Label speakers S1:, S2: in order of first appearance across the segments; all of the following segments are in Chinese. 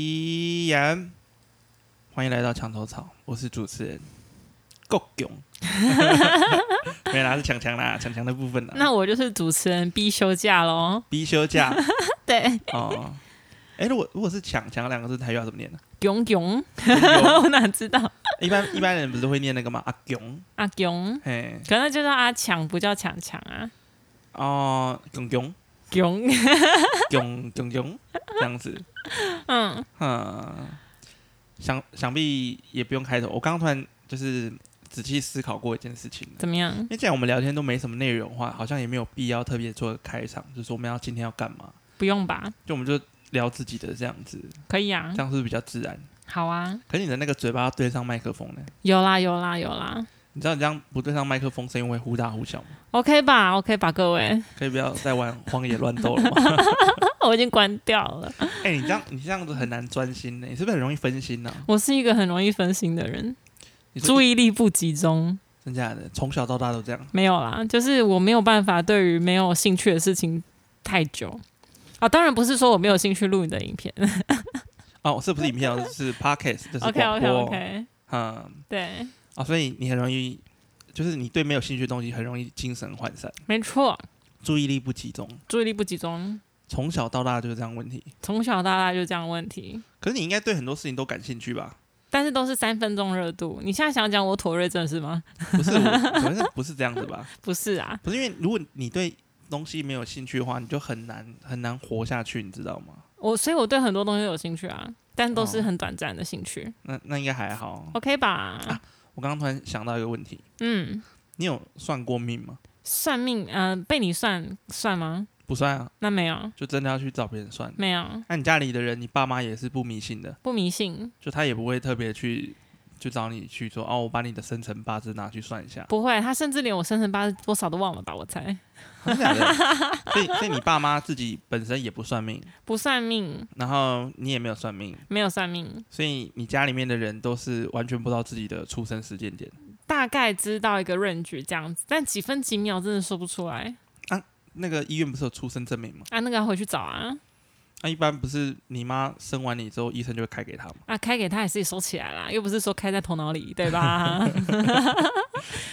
S1: 依然，欢迎来到墙头草，我是主持人够 囧，没啦，是强强啦，强强的部分啦。
S2: 那我就是主持人 B 休假喽。
S1: B 休 假
S2: 对，
S1: 哦，哎，如果如果是强强两个字，台语要怎么念呢？
S2: 囧囧，
S1: 囧
S2: 我哪知道
S1: 一般一般人不是会念那个吗？阿囧，
S2: 啊囧？
S1: 嘿，
S2: 可能就叫阿强，不叫强强啊。
S1: 哦，囧囧
S2: 囧，
S1: 囧囧囧，这样子，
S2: 嗯，
S1: 嗯，想想必也不用开头。我刚刚突然就是仔细思考过一件事情，
S2: 怎么样
S1: 因？为既然我们聊天都没什么内容的话，好像也没有必要特别做个开场，就是我们要今天要干嘛，
S2: 不用吧？
S1: 就我们就聊自己的这样子，
S2: 可以啊
S1: 这。样是不是比较自然？
S2: 好啊，
S1: 可是你的那个嘴巴要对上麦克风呢？
S2: 有啦有啦有啦
S1: 你知道你这样不对上麦克风，声音会忽大忽小吗？
S2: ，OK 吧？OK 吧，各位，
S1: 可以不要再玩荒野乱斗了吗？
S2: 我已经关掉了。
S1: 哎、你这样你这样子很难专心呢，你是不是很容易分心呢、
S2: 我是一个很容易分心的人，
S1: 你说
S2: 注意力不集中。
S1: 真假的，从小到大都这样。
S2: 没有啦，就是我没有办法对于没有兴趣的事情太久。啊，当然不是说我没有兴趣录你的影 片。
S1: 哦，是不是影片哦？是 podcast，这是
S2: OK
S1: 广
S2: OK
S1: 播。
S2: OK，
S1: 嗯，
S2: 对，
S1: 啊，所以你很容易，就是你对没有兴趣的东西很容易精神涣散，
S2: 没错，
S1: 注意力不集中，
S2: 注意力不集中，
S1: 从小到大就是这样问题。
S2: 从小到大就这样的问题。
S1: 可是你应该对很多事情都感兴趣 吧？
S2: 但是都是三分钟热度。你现在想讲我妥瑞症是吗？
S1: 不是，我好像不是这样子吧？
S2: 不是啊，
S1: 不是因为如果你对东西没有兴趣的话，你就很难很难活下去，你知道吗？
S2: 我所以我对很多东西有兴趣啊，但都是
S1: 哦
S2: 很短暂的兴趣。
S1: 那那应该还好。
S2: OK 吧？
S1: 啊我刚刚突然想到一个问题，
S2: 嗯，
S1: 你有算过命吗？
S2: 算命，嗯、被你算算吗？
S1: 不算啊，
S2: 那没有，
S1: 就真的要去找别人算。
S2: 没有，
S1: 那、你家里的人，你爸妈也是不迷信的，
S2: 不迷信，
S1: 就他也不会特别去就找你去说哦，我把你的生辰八字拿去算一下，
S2: 不会。他甚至连我生辰八字多少都忘了吧？我猜
S1: 真的假的？所以所以你爸妈自己本身也不算命，
S2: 不算命，
S1: 然后你也没有算命，
S2: 没有算命，
S1: 所以你家里面的人都是完全不知道自己的出生时间点。
S2: 大概知道一个 range 这样子，但几分几秒真的说不出来
S1: 那个医院不是有出生证明吗？
S2: 啊。那个要回去找啊
S1: 那、一般不是你妈生完你之后，医生就会开给他吗？
S2: 啊，开给他也是收起来啦，又不是说开在头脑里，对吧？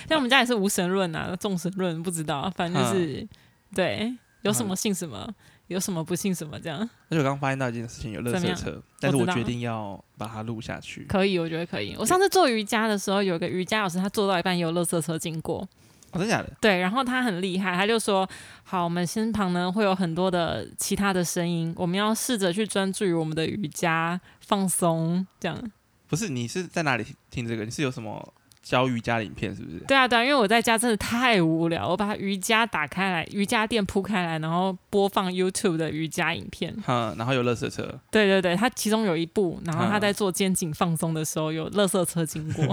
S2: 像我们家也是无神论啊，众神论不知道，啊反正就是、对，有什么信什么，有什么不信什么，这样
S1: 而且我刚发现到一件事情，有垃
S2: 怎么
S1: 圾
S2: 样
S1: 车，但是
S2: 我
S1: 我
S2: 知道
S1: 决定要把它录下去。
S2: 可以，我觉得可以。我上次做瑜伽的时候，有一个瑜伽老师，他做到一半有垃圾车经过，
S1: 哦，真假的？
S2: 对，然后他很厉害，他就说：“好，我们身旁呢会有很多的其他的声音，我们要试着去专注于我们的瑜伽，放松。”这样，
S1: 不是，你是在哪里听这个？你是有什么教瑜伽的影片是不是？
S2: 对啊，对啊，因为我在家真的太无聊，我把瑜伽打开来，瑜伽垫铺开来，然后播放 YouTube 的瑜伽影片。
S1: 嗯，然后有垃圾车，
S2: 对对对，他其中有一部，然后他
S1: 嗯
S2: 在做肩颈放松的时候，有垃圾车经 过。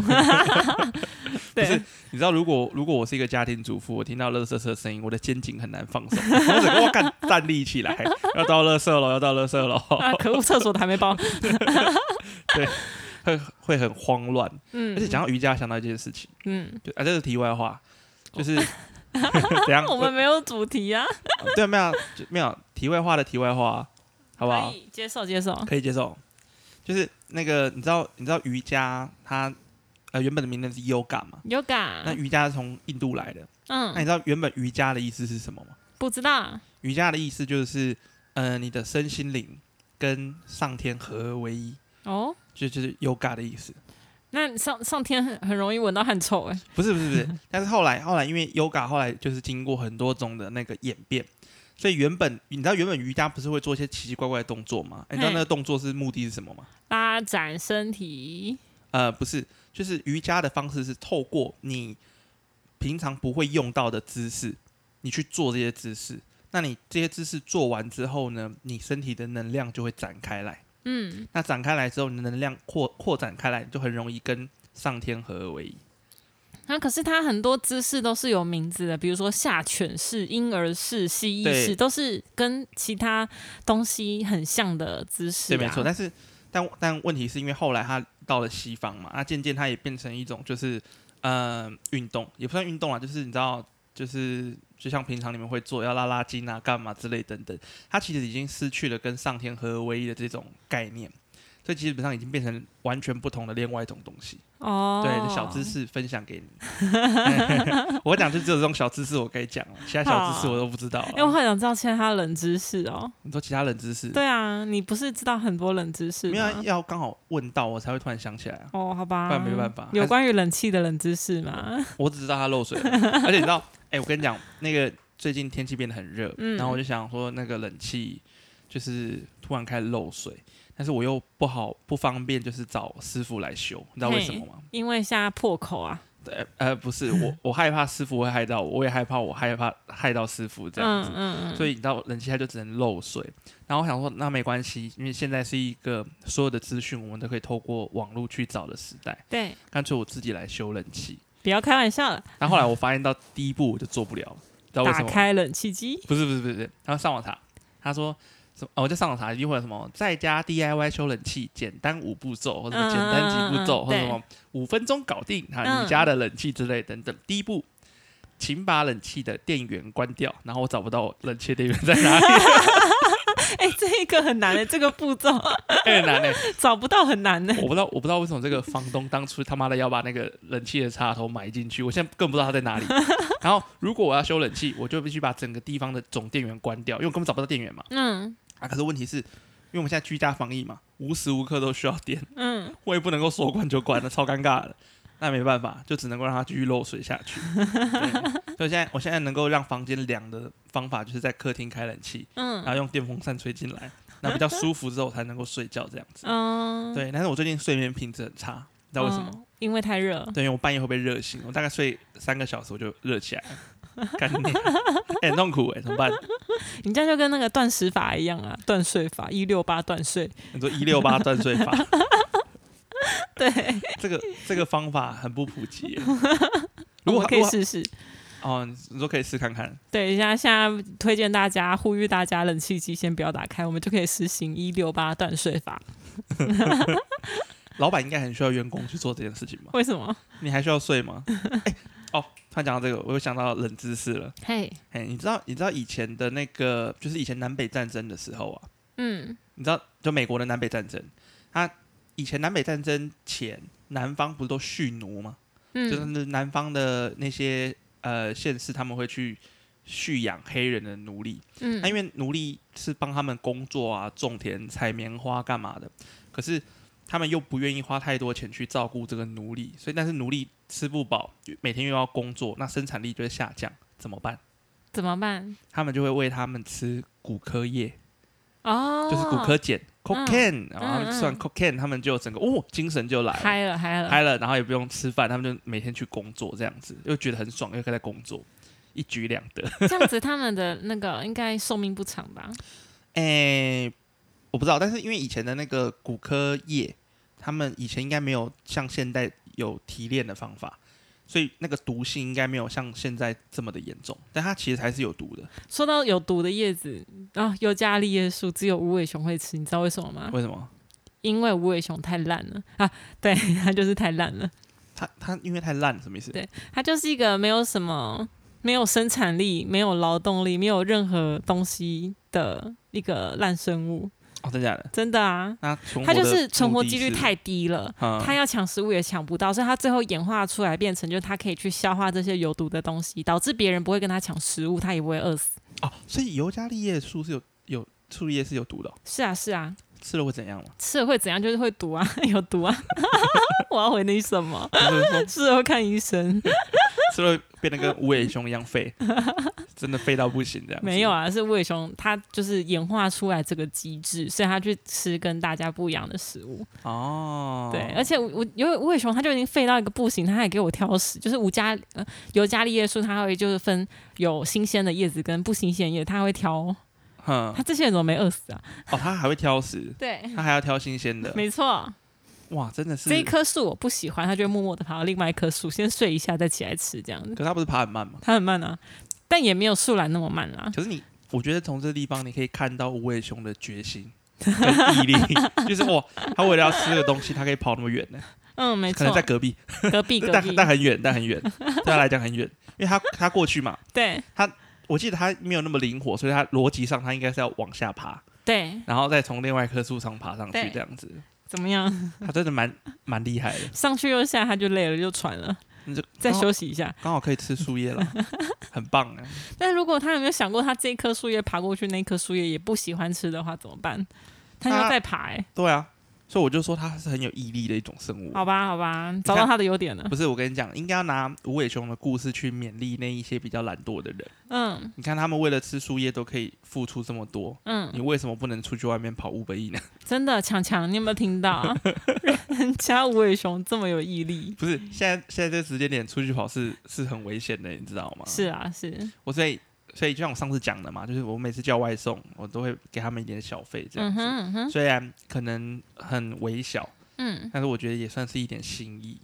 S1: 不是
S2: 对，
S1: 你知道，如果如果我是一个家庭主妇，我听到垃圾车的声音，我的肩颈很难放松，我整个我干站立起来，要到垃圾了，要到垃圾
S2: 啊，
S1: 了，
S2: 可恶，厕所的还 没包。
S1: 会会很慌乱。
S2: 嗯，
S1: 而且讲到瑜伽，想到一件事情，
S2: 嗯，
S1: 就啊，这是题外话，就是 怎样？
S2: 哦 我们没有主题啊，
S1: 我对没有就没有题外话的题外话，好不好
S2: 可？以接受接受。
S1: 可以接受。就是那个，你知道，你知道瑜伽它呃原本的名字是 yoga 嘛？那哎
S2: Yoga，
S1: 瑜伽是从印度来的。
S2: 嗯
S1: 那你，知道原本瑜伽的意思是什么吗？
S2: 不知道，
S1: 瑜伽的意思就是，呃，你的身心灵跟上天合而为一，
S2: 哦，
S1: 就就是 yoga 的意思。
S2: 那上上天很很容易闻到汗臭哎、
S1: 不是不是不是，但是后来后来因为 yoga 后来就是经过很多种的那个演变，所以原本你知道原本瑜伽不是会做一些奇奇怪怪的动作吗？哎你知道那个动作是目的是什么吗？
S2: 拉展身体，
S1: 呃，不是，就是瑜伽的方式是透过你平常不会用到的姿势，你去做这些姿势。那你这些姿势做完之后呢，你身体的能量就会展开来。
S2: 嗯，
S1: 那展开来之后，你的能量扩扩展开来，你就很容易跟上天合而为一。
S2: 那、可是它很多姿势都是有名字的，比如说下犬式、婴儿式、蜥蜴式，
S1: 对
S2: 都是跟其他东西很像的姿势、
S1: 对，
S2: 啊。
S1: 没错。但是，但但问题是因为后来他到了西方嘛，那渐渐他也变成一种就是呃运动，也不算运动啊，就是你知道，就是就像平常你们会做要拉拉筋啊、干嘛之类等等，他其实已经失去了跟上天合而为一的这种概念。所以基本上已经变成完全不同的另外一种东西。
S2: 哦，
S1: 对，小知识分享给你。 嘿我讲就只有这种小知识我可以讲了，其他小知识我都不知道了。啊
S2: 哎、我好想知道其他冷知识哦。
S1: 你说其他冷知识？
S2: 对啊，你不是知道很多冷知识
S1: 没有啊
S2: 吗？
S1: 要刚好问到我才会突然想起来啊。
S2: 哦，好吧，
S1: 不然没办法还
S2: 有
S1: 是
S2: 关于冷气的冷知识吗？
S1: 我只知道它漏水了，而且你知道，哎、我跟你讲，那个最近天气变得很热，
S2: 嗯
S1: 然后我就想说，那个冷气就是突然开始漏水，但是我又不好不方便，就是找师傅来修，你知道为什么吗？
S2: 因为现在破口啊，
S1: 对，呃，不是我，我害怕师傅会害到我，我也害怕我害怕害到师傅这样
S2: 嗯
S1: 子，
S2: 嗯嗯，
S1: 所以你知道冷气它就只能漏水。然后我想说，那没关系，因为现在是一个所有的资讯我们都可以透过网络去找的时代，
S2: 对，
S1: 干脆我自己来修冷气。
S2: 不要开玩笑了，
S1: 然后后来我发现到第一步我就做不了了，知道为什
S2: 打
S1: 么吗？
S2: 开冷气机，
S1: 不是不是不是不是，然后上网查，他说什么？哦，我就上网查一定会有什么在家 DIY 修冷气，简单五步骤，或者什么简单几步
S2: 嗯嗯嗯
S1: 骤，
S2: 嗯
S1: 或者什么五分钟搞定哈，
S2: 嗯
S1: 你家的冷气之类等等。第一步，请把冷气的电源关掉。然后我找不到冷气的电源在哪里，
S2: 哎、这一个很难的，这个步骤
S1: 很难呢。
S2: 找不到很难的。
S1: 我不知道，我不知道为什么这个房东当初他妈的要把那个冷气的插头埋进去，我现在更不知道它在哪里。然后如果我要修冷气，我就必须把整个地方的总电源关掉，因为我根本找不到电源嘛。
S2: 嗯
S1: 啊，可是问题是，因为我们现在居家防疫嘛，无时无刻都需要电，
S2: 嗯，
S1: 我也不能够说关就关了，超尴尬的。那没办法，就只能够让它继续漏水下去。对所以现在，我现在能够让房间凉的方法，就是在客厅开冷气，
S2: 嗯
S1: 然后用电风扇吹进来，那比较舒服之后我才能够睡觉这样子。
S2: 嗯，
S1: 对，但是我最近睡眠品质很差，你知道为什么？
S2: 嗯因为太热。
S1: 对，因为我半夜会被热醒，我大概睡三个小时我就热起来了，干 你娘，哎、很痛苦哎、怎么办？
S2: 你这样就跟那个断食法一样啊，断睡法一六八断睡，
S1: 你说一六八断睡法，
S2: 对，
S1: 这个这个方法很不普及 耶。
S2: 我
S1: 如
S2: 们
S1: 果
S2: 可以
S1: 如果
S2: 试试。
S1: 哦，你说可以试看看。
S2: 对，现在现在推荐大家，呼吁大家冷气机先不要打开，我们就可以实行一六八断睡法。
S1: 老板应该很需要员工去做这件事情吧？
S2: 为什么？
S1: 你还需要睡 吗？哎、哦，突然讲到这个，我又想到冷知识了。
S2: 嘿，
S1: 哎、你知道你知道以前的那个，就是以前南北战争的时候啊，
S2: 嗯
S1: 你知道就美国的南北战争，它以前南北战争前，南方不是都蓄奴吗？就是
S2: 嗯，
S1: 南方的那些呃县市，他们会去蓄养黑人的奴隶。那、
S2: 嗯
S1: 因为奴隶是帮他们工作啊，种田、采棉花干嘛的，可是他们又不愿意花太多钱去照顾这个奴隶，所以但是奴隶吃不饱，每天又要工作，那生产力就会下降，怎么办？
S2: 怎么办？
S1: 他们就会喂他们吃骨科叶，
S2: 哦，
S1: 就是骨科碱 （cocaine），、然后他们吃
S2: 嗯
S1: 完 cocaine，他们就整个哦精神就来了。
S2: 嗨了嗨了，
S1: 嗨了，然后也不用吃饭，他们就每天去工作，这样子又觉得很爽，又可以在工作，一举两得。
S2: 这样子他们的那个应该寿命不长吧？
S1: 诶、我不知道，但是因为以前的那个骨科业，他们以前应该没有像现代有提炼的方法，所以那个毒性应该没有像现在这么的严重，但它其实还是有毒的。
S2: 说到有毒的叶子啊，尤加利叶树只有无尾熊会吃，你知道为什么吗？
S1: 为什么？
S2: 因为无尾熊太烂了啊， 对，它就是太烂了。
S1: 它它因为太烂，什么意思？
S2: 对它就是一个没有什么、没有生产力、没有劳动力、没有任何东西的一个烂生物，
S1: 哦，真假的？
S2: 真的啊！
S1: 那存活
S2: 它
S1: 的
S2: 就是存活
S1: 目的
S2: 几率
S1: 是
S2: 太低了，
S1: 嗯
S2: 它要抢食物也抢不到，所以它最后演化出来变成，就是它可以去消化这些有毒的东西，导致别人不会跟它抢食物，它也不会饿死。
S1: 哦，所以尤加利叶树是有有树叶是有毒的哦、
S2: 是啊，是啊，
S1: 吃了会怎样吗？
S2: 吃了会怎样？就是会毒啊， 有毒啊！我要回你什么？
S1: 就是说
S2: 吃了会看医生？
S1: 吃了会变得跟无尾熊一样 废，真的废到不行这样。
S2: 没有
S1: 啊，
S2: 啊，是无尾熊它就是演化出来这个机制，所以它去吃跟大家不一样的食物。
S1: 哦，
S2: 对，而且我我因为无尾熊它就已经废到一个不行，它还给我挑食，就是无加呃尤加利叶树，它会就是分有新鲜的叶子跟不新鲜的叶，它会
S1: 哦
S2: 挑。
S1: 哼
S2: 它这些人怎么没饿死啊？
S1: 哦，他还会挑食，
S2: 对，
S1: 他还要挑新鲜的，
S2: 没错，
S1: 哇，真的是
S2: 这。一棵树我不喜欢，它就会默默的爬到另外一棵树，先睡一下再起来吃，这样子。
S1: 可是他不是爬很慢吗？
S2: 它很慢啊，但也没有树懒那么慢啊啦、
S1: 可是你，我觉得从这地方你可以看到无尾熊的决 心跟毅力，就是哇，他为了要吃这个东西，他可以跑那么远呢，
S2: 嗯，没
S1: 可
S2: 错
S1: 能，在隔壁，
S2: 隔壁隔
S1: 但
S2: 壁，
S1: 但很远，但很 远，对他来讲很远，因为他他过去嘛，
S2: 对
S1: 我记得他没有那么灵活，所以他逻辑上他应该是要往下爬，
S2: 对。
S1: 然后再从另外一棵树上爬上去
S2: 对
S1: 这样子。
S2: 怎么样？
S1: 他真的蛮蛮厉害的。
S2: 上去又下，他就累了，就喘了，
S1: 你就哦
S2: 再
S1: 刚好
S2: 休息一下。
S1: 刚好可以吃树叶了，很棒啊！
S2: 但如果他有没有想过，他这一棵树叶爬过去，那一棵树叶也不喜欢吃的话，怎么办？他要
S1: 那
S2: 再爬、欸，
S1: 对啊，所以我就说它是很有毅力的一种生物。
S2: 好吧，好吧，找到他的优点了。
S1: 不是我跟你讲，应该要拿无尾熊的故事去勉励那一些比较懒惰的人。
S2: 嗯
S1: 你看他们为了吃树叶都可以付出这么多，你
S2: 嗯，
S1: 为什么不能出去外面跑五百亿呢？
S2: 真的，强强，你有没有听到啊？人家无尾熊这么有 毅力，
S1: 不是，现在现在这个时间点出去跑是是很危险的，你知道吗？
S2: 是啊，是，
S1: 我所以所以就像我上次讲的嘛，就是我每次叫外送，我都会给他们一点小费这样
S2: 嗯
S1: 子。
S2: 哼嗯哼，
S1: 虽然可能很微小，
S2: 嗯。
S1: 但是我觉得也算是一点心意。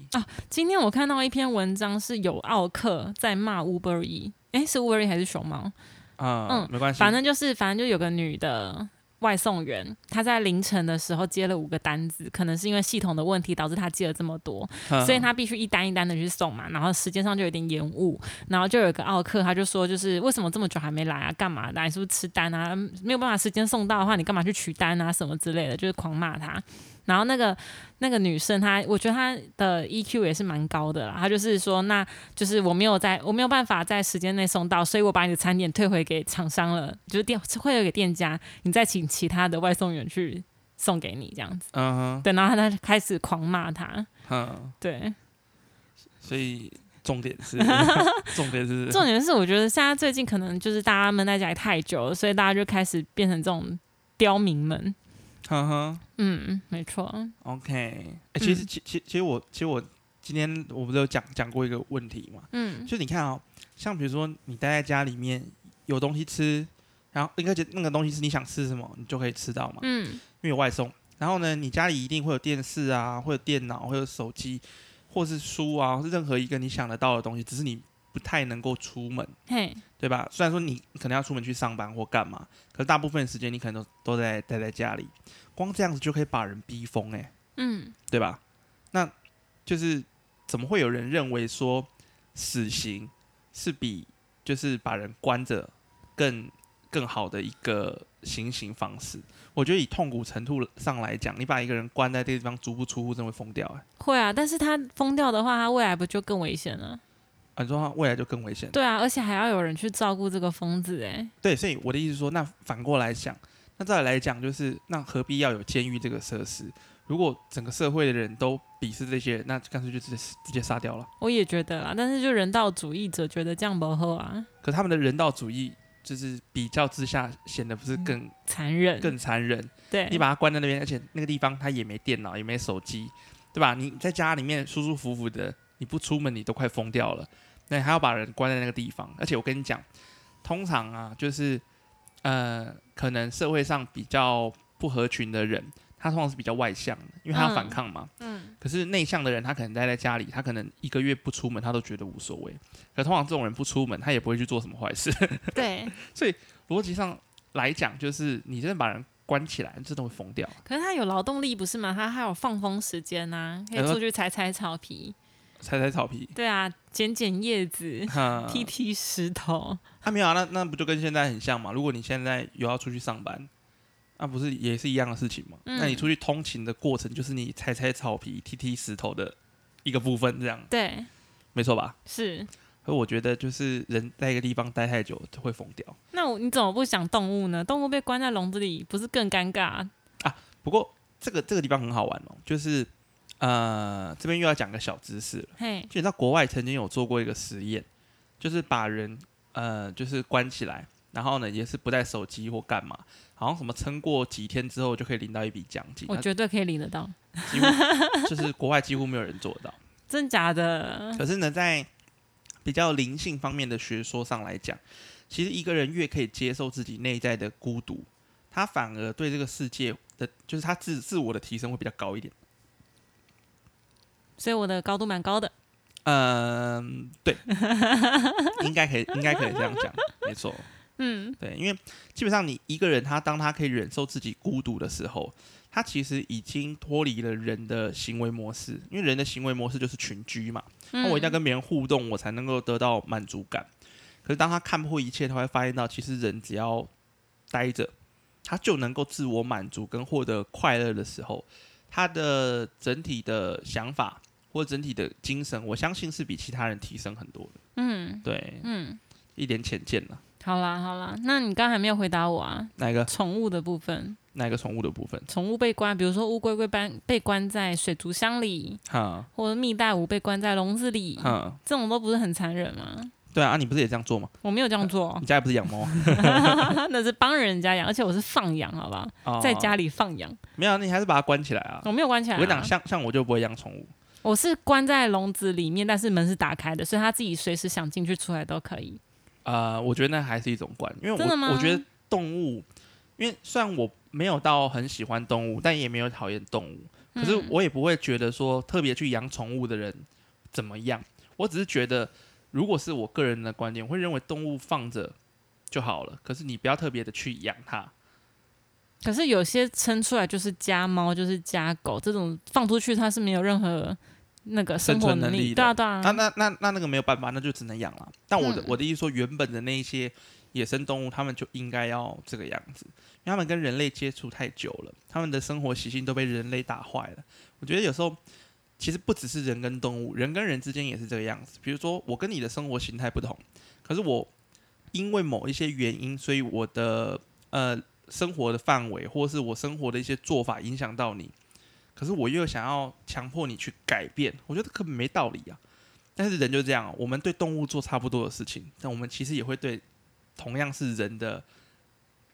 S2: 今天我看到一篇文章，是有奥克在骂 Uber E，哎，是 Uber E 还是熊猫？
S1: 啊、
S2: 嗯
S1: 没关系，
S2: 反正就是，反正就有个女的外送员，她在凌晨的时候接了五个单子，可能是因为系统的问题导致她接了这么多，
S1: 嗯
S2: 所以她必须一单一单的去送嘛，然后时间上就有点延误，然后就有一个奥克，他就说就是为什么这么久还没来啊？干嘛的啊、你是不是吃单啊？没有办法时间送到的话，你干嘛去取单啊？什么之类的，就是狂骂他。然后那个那个女生她，我觉得她的 EQ 也是蛮高的啦。她就是说，那就是我没有在，我没有办法在时间内送到，所以我把你的餐点退回给厂商了，就是店退回给店家，你再请其他的外送员去送给你这样子。
S1: 嗯哼
S2: 对，然后她就开始狂骂他。
S1: 嗯，
S2: 对，
S1: 所以重点 是重点是
S2: 重点是我觉得现在最近可能就是大家闷在家里太久了，所以大家就开始变成这种刁民们。
S1: 哼哼
S2: 嗯，没错。
S1: OK、欸其实
S2: 嗯
S1: 其其其实我其实我今天我不是有讲讲过一个问题嘛，
S2: 嗯
S1: 就你看哦，像比如说你待在家里面有东西吃，然后那个那个东西是你想吃什么，你就可以吃到嘛，
S2: 嗯
S1: 因为有外送。然后呢，你家里一定会有电视啊，会有电脑，会有手机，或是书啊，或是任何一个你想得到的东西，只是你不太能够出门，
S2: 嘿，
S1: 对吧？虽然说你可能要出门去上班或干嘛，可是大部分时间你可能都都在待在家里，光这样子就可以把人逼疯哎、
S2: 嗯
S1: 对吧？那就是怎么会有人认为说死刑是比就是把人关着更更好的一个行刑方式？我觉得以痛苦程度上来讲，你把一个人关在这个地方足不出户，真的会疯掉、欸。
S2: 会啊。但是他疯掉的话，他未来不就更危险了？
S1: 啊，你说他未来就更危险。
S2: 对啊，而且还要有人去照顾这个疯子哎、
S1: 对，所以我的意思是说，那反过来想，那再来讲就是，那何必要有监狱这个设施？如果整个社会的人都鄙视这些人，那干脆就直接直接杀掉了。
S2: 我也觉得啦，但是就人道主义者觉得这样不好啊，
S1: 可他们的人道主义就是比较之下显得不是更
S2: 残忍。
S1: 更残忍？
S2: 对，
S1: 你把它关在那边，而且那个地方它也没电脑，也没手机，对吧？你在家里面舒舒服服的，你不出门你都快疯掉了，那你还要把人关在那个地方？而且我跟你讲，通常啊，就是呃，可能社会上比较不合群的人，他通常是比较外向的，因为他要反抗嘛。
S2: 嗯
S1: 可是内向的人，他可能待在家里，他可能一个月不出门，他都觉得无所谓。可通常这种人不出门，他也不会去做什么坏事。
S2: 对，
S1: 逻辑上来讲，就是你真的把人关起来，真的会疯掉。
S2: 可是他有劳动力不是吗？他还有放风时间呐、可以
S1: 然后
S2: 出去采采草皮，
S1: 踩踩草 皮，
S2: 对啊，捡捡叶子，
S1: 哈，
S2: 踢踢石头，
S1: 啊没有啊，那那不就跟现在很像嘛？如果你现在有要出去上班，那、不是也是一样的事情嘛？
S2: 嗯
S1: 那你出去通勤的过程，就是你踩踩草皮、踢踢石头的一个部分，这样
S2: 对，
S1: 没错吧？
S2: 是。
S1: 而我觉得就是人在一个地方待太久就会疯掉。
S2: 那我你怎么不想动物呢？动物被关在笼子里，不是更尴尬？
S1: 不过这个这个地方很好玩哦，就是呃，这边又要讲个小知识了。
S2: 嘿，
S1: 就你知道国外曾经有做过一个实验，就是把人呃就是关起来，然后呢也是不带手机或干嘛，好像什么撑过几天之后就可以领到一笔奖金，
S2: 我绝对可以领得到，
S1: 那几 乎就是国外几乎没有人做得到。
S2: 真假的？
S1: 可是呢，在比较灵性方面的学说上来讲，其实一个人越可以接受自己内在的孤独，他反而对这个世界的，就是他自自我的提升会比较高一点。
S2: 所以我的高度蛮高的。
S1: 嗯，对，应该可以，应该可以这样讲，没错。
S2: 嗯
S1: 对，因为基本上你一个人，他当他可以忍受自己孤独的时候，他其实已经脱离了人的行为模式，因为人的行为模式就是群居嘛，那
S2: 嗯，
S1: 我一定要跟别人互动，我才能够得到满足感。可是当他看破一切，他会发现到，其实人只要待着，他就能够自我满足跟获得快乐的时候，他的整体的想法或整体的精神，我相信是比其他人提升很多的。
S2: 嗯
S1: 对，
S2: 嗯，
S1: 一点浅见了。
S2: 好啦好啦，那你刚才没有回答我啊，
S1: 哪一个
S2: 宠物的部分，
S1: 哪一个宠物的部分？
S2: 宠物被关，比如说乌龟被关被关在水族箱里，
S1: 哈
S2: 或者蜜袋鼯被关在笼子里，
S1: 哈，
S2: 这种都不是很残忍吗？
S1: 对啊，啊你不是也这样做吗？
S2: 我没有这 样做，
S1: 你家也不是养猫啊
S2: 那是帮人家养，而且我是放养，好不好？
S1: 哦？
S2: 在家里放养，
S1: 没有啊，你还是把它关起来啊。
S2: 我没有关起来、
S1: 我
S2: 啊。
S1: 跟你讲，像像我就不会养宠物。
S2: 我是关在笼子里面，但是门是打开的，所以它自己随时想进去出来都可以。
S1: 呃，我觉得那还是一种关，因为
S2: 真的
S1: 我
S2: 吗
S1: 我觉得动物，因为虽然我没有到很喜欢动物，但也没有讨厌动物，可
S2: 嗯
S1: 是我也不会觉得说特别去养宠物的人怎么样。我只是觉得，如果是我个人的观点，我会认为动物放着就好了，可是你不要特别的去养它。
S2: 可是有些称出来就是家猫，就是家狗，这种放出去它是没有任何那个生活
S1: 生存能力的
S2: 对啊，对啊。
S1: 那那那那那个没有办法，那就只能养了。但我的、
S2: 嗯
S1: 我的意思说，原本的那一些野生动物，它们就应该要这个样子，因为它们跟人类接触太久了，它们的生活习性都被人类打坏了。我觉得有时候其实不只是人跟动物，人跟人之间也是这个样子。比如说，我跟你的生活形态不同，可是我因为某一些原因，所以我的呃生活的范围，或是我生活的一些做法影响到你。可是我又想要强迫你去改变，我觉得根本没道理啊！但是人就这样哦，我们对动物做差不多的事情，但我们其实也会对同样是人的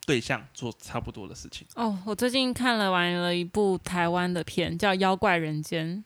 S1: 对象做差不多的事情。
S2: 哦，我最近看了玩了一部台湾的片，叫《妖怪人间》，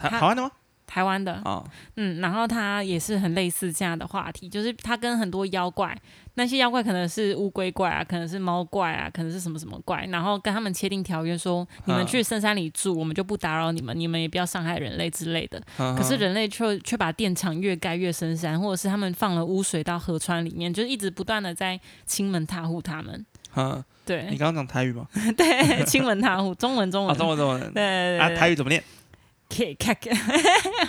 S1: 台
S2: 他
S1: 台湾的吗？
S2: 台湾的。
S1: 啊，
S2: 嗯，然后它也是很类似这样的话题，就是它跟很多妖怪，那些妖怪可能是乌龟怪啊，可能是猫怪啊，可能是什么什么怪，然后跟他们签订条约说，你们
S1: 嗯
S2: 去深山里住，我们就不打扰你们，你们也不要伤害人类之类的。
S1: 嗯
S2: 可是人类却却把电厂越盖越深山，或者是他们放了污水到河川里面，就是一直不断的在亲门踏户他们。
S1: 啊，你
S2: 对
S1: 刚刚讲台语吗？
S2: 对，亲门踏户，中文中
S1: 啊，
S2: 文。
S1: 中文中文
S2: 对对
S1: 啊，
S2: 对
S1: 台语怎么念？
S2: 对对，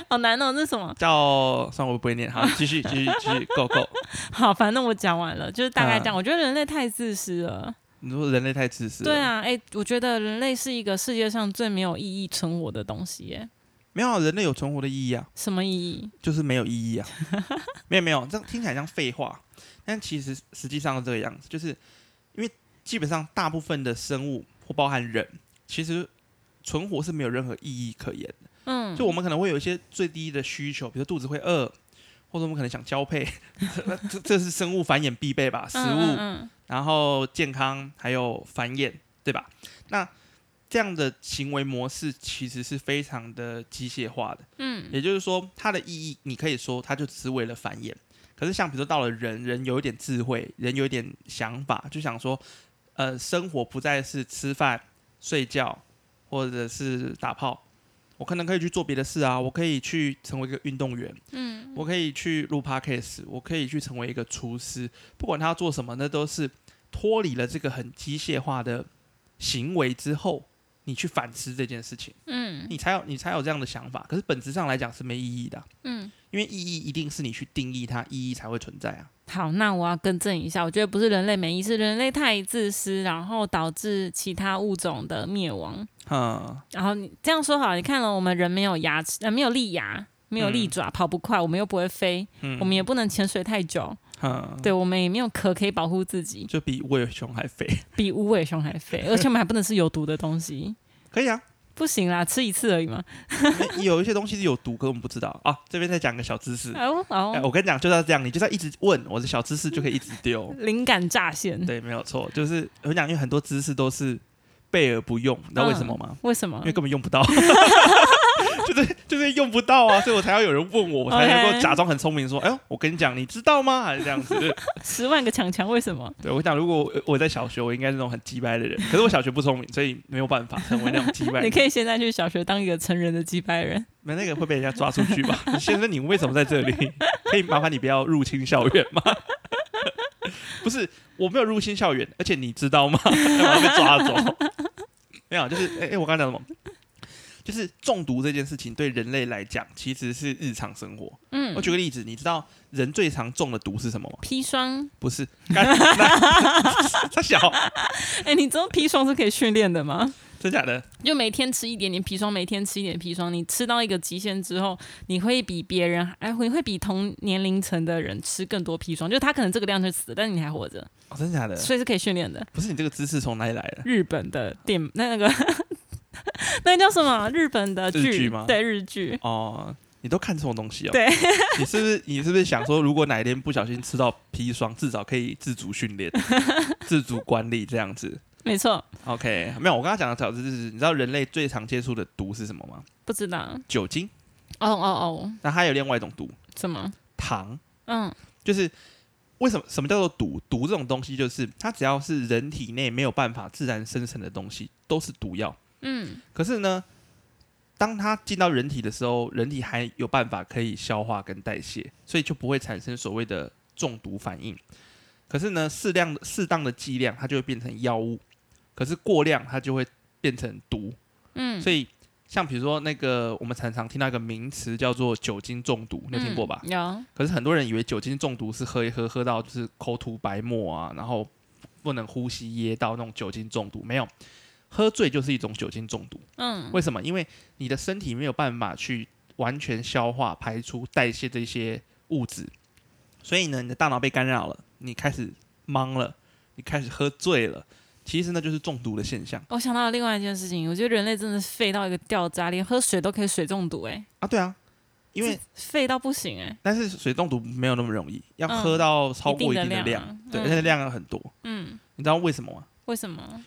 S2: 好难哦，这是什么？
S1: 叫，算了我不会念，好，继续继续继续，Go Go。
S2: 好，反正我讲完了，就是大概
S1: 嗯
S2: 这样。我觉得人类太自私了。
S1: 你说人类太自私了，
S2: 对，啊，哎、我觉得人类是一个世界上最没有意义存活的东西耶。
S1: 没有啊人类有存活的意义啊，
S2: 什么意义？
S1: 就是没有意义啊， 没有没有，这样听起来像废话，但其实实际上是这个样子，就是因为基本上大部分的生物或包含人，其实存活是没有任何意义可言的。
S2: 嗯，
S1: 就我们可能会有一些最低的需求，比如说肚子会饿，或者我们可能想交配， 这这这是生物繁衍必备吧，食
S2: 嗯
S1: 物，
S2: 嗯
S1: 然后健康，还有繁衍，对吧？那这样的行为模式其实是非常的机械化的。
S2: 嗯
S1: 也就是说，它的意义，你可以说它就只是为了繁衍。可是像比如说到了人，人有一点智慧，人有一点想法，就想说，呃，生活不再是吃饭、睡觉或者是打炮，我可能可以去做别的事啊，我可以去成为一个运动员，
S2: 嗯
S1: 我可以去录 podcast，我可以去成为一个厨师，不管他要做什么，那都是脱离了这个很机械化的行为之后，你去反思这件事情。
S2: 嗯
S1: 你才有你才有这样的想法。可是本质上来讲是没意义的啊、
S2: 嗯。
S1: 因为意义一定是你去定义它，意义才会存在啊。
S2: 好，那我要更正一下，我觉得不是人类没意义，是人类太自私，然后导致其他物种的灭亡。
S1: 嗯，
S2: 然后你这样说好，你看了我们人没有牙齿，呃，没有利牙，没有利
S1: 嗯
S2: 爪，跑不快，我们又不会飞，
S1: 嗯
S2: 我们也不能潜水太久，
S1: 嗯，
S2: 对我们也没有壳可以保护自己，
S1: 就比魏熊还肥，
S2: 比无尾熊还肥，而且我们还不能吃有毒的东西。
S1: 可以啊。
S2: 不行啦，吃一次而已嘛。
S1: 有一些东西是有毒，可我们不知道啊。这边再讲个小知识，哎、
S2: 哦哦，。
S1: 我跟你讲，就是要这样，你就是要一直问我的小知识，就可以一直丢
S2: 灵感乍现。
S1: 对，没有错，就是我跟你讲，因为很多知识都是备而不用，你知
S2: 嗯
S1: 道为什么吗？
S2: 为什么
S1: 因为？根本用不到。 就是就是用不到啊，所以我才要有人问我，我才能够
S2: OK
S1: 假装很聪明，说：“哎呦，我跟你讲，你知道吗？”还是这样子，就是
S2: 十万个强强为什么？
S1: 对我想，如果我我在小学，我应该是那种很鸡掰的人。可是我小学不聪明，所以没有办法成为那种鸡掰的人。
S2: 你可以现在去小学当一个成人的击败人。
S1: 没那个会被人家抓出去吧？ 先生，你为什么在这里？ 可以麻烦你不要入侵校园吗？ 不是，我没有入侵校园，而且你知道吗？ 然后被抓走。没有，就是哎、哎我刚才讲什么？就是中毒这件事情对人类来讲，其实是日常生活。
S2: 嗯
S1: 我，举个例子，你知道人最常中的毒是什么吗？
S2: 砒霜。
S1: 不 是，干那他小。
S2: 哎、你知道砒霜是可以训练的吗？
S1: 真假的？
S2: 就每天吃一点点砒霜，每天吃一点砒霜，你吃到一个极限之后，你会比别人，哎，会会比同年龄层的人吃更多砒霜，就他可能这个量就死了，但是你还活着，
S1: 哦，真假的？
S2: 所以是可以训练的。
S1: 不是你这个姿势从哪里来的？
S2: 日本的电那那个 那叫什么？日本的
S1: 日剧
S2: 剧
S1: 吗
S2: 对日剧，
S1: 哦，你都看这种东西哦？
S2: 对，
S1: 你是不是你是不是想说，如果哪一天不小心吃到砒霜，至少可以自主训练、自主管理这样子
S2: 没错，
S1: ？OK，没有，我刚刚讲的小知识，你知道人类最常接触的毒是什么吗？
S2: 不知道。
S1: 酒精，
S2: 哦哦哦，
S1: 那它有另外一种毒，
S2: 什么？
S1: 糖。
S2: 嗯
S1: 就是为什么什么叫做毒？毒这种东西，就是它只要是人体内没有办法自然生成的东西，都是毒药。
S2: 嗯
S1: 可是呢，当它进到人体的时候，人体还有办法可以消化跟代谢，所以就不会产生所谓的中毒反应。可是呢，适量适当的剂量，它就会变成药物；可是过量，它就会变成毒。
S2: 嗯，
S1: 所以，像比如说那个我们常常听到一个名词叫做酒精中毒，你有听过吧？
S2: 嗯有，
S1: 可是很多人以为酒精中毒是喝一喝喝到就是口吐白沫啊，然后不能呼吸噎到那种酒精中毒，没有。喝醉就是一种酒精中毒，
S2: 嗯
S1: 为什么？因为你的身体没有办法去完全消化、排出、代谢这些物质，所以呢，你的大脑被干扰了，你开始懵了，你开始喝醉了，其实呢就是中毒的现象
S2: 我想到了另外一件事情，我觉得人类真的是废到一个掉渣，连喝水都可以水中毒、哎，
S1: 啊，对啊，因为
S2: 是废到不行、哎，
S1: 但是水中毒没有那么容易，要
S2: 嗯
S1: 喝到超过一定
S2: 一定
S1: 的
S2: 的
S1: 量，
S2: 量啊
S1: 对，
S2: 嗯
S1: 而且量很多，
S2: 嗯，
S1: 你知道为什么吗？
S2: 为什么？